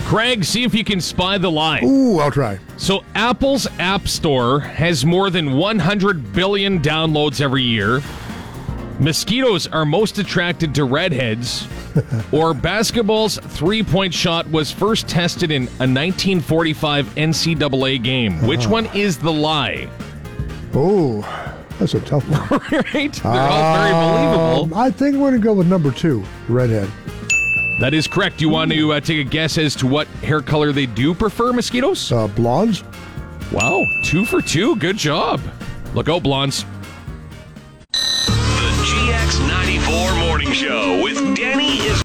Craig, see if you can spy the lie. Ooh, I'll try. So, Apple's App Store has more than 100 billion downloads every year. Mosquitoes are most attracted to redheads. or basketball's three point shot was first tested in a 1945 NCAA game. Which one is the lie? Oh, that's a tough one. right? They're all very believable. Um, I think we're gonna go with number two, redhead. That is correct. You want to uh, take a guess as to what hair color they do prefer, mosquitoes? Uh, blondes. Wow, two for two. Good job. Look out, blondes. The GX94 Morning Show with Danny is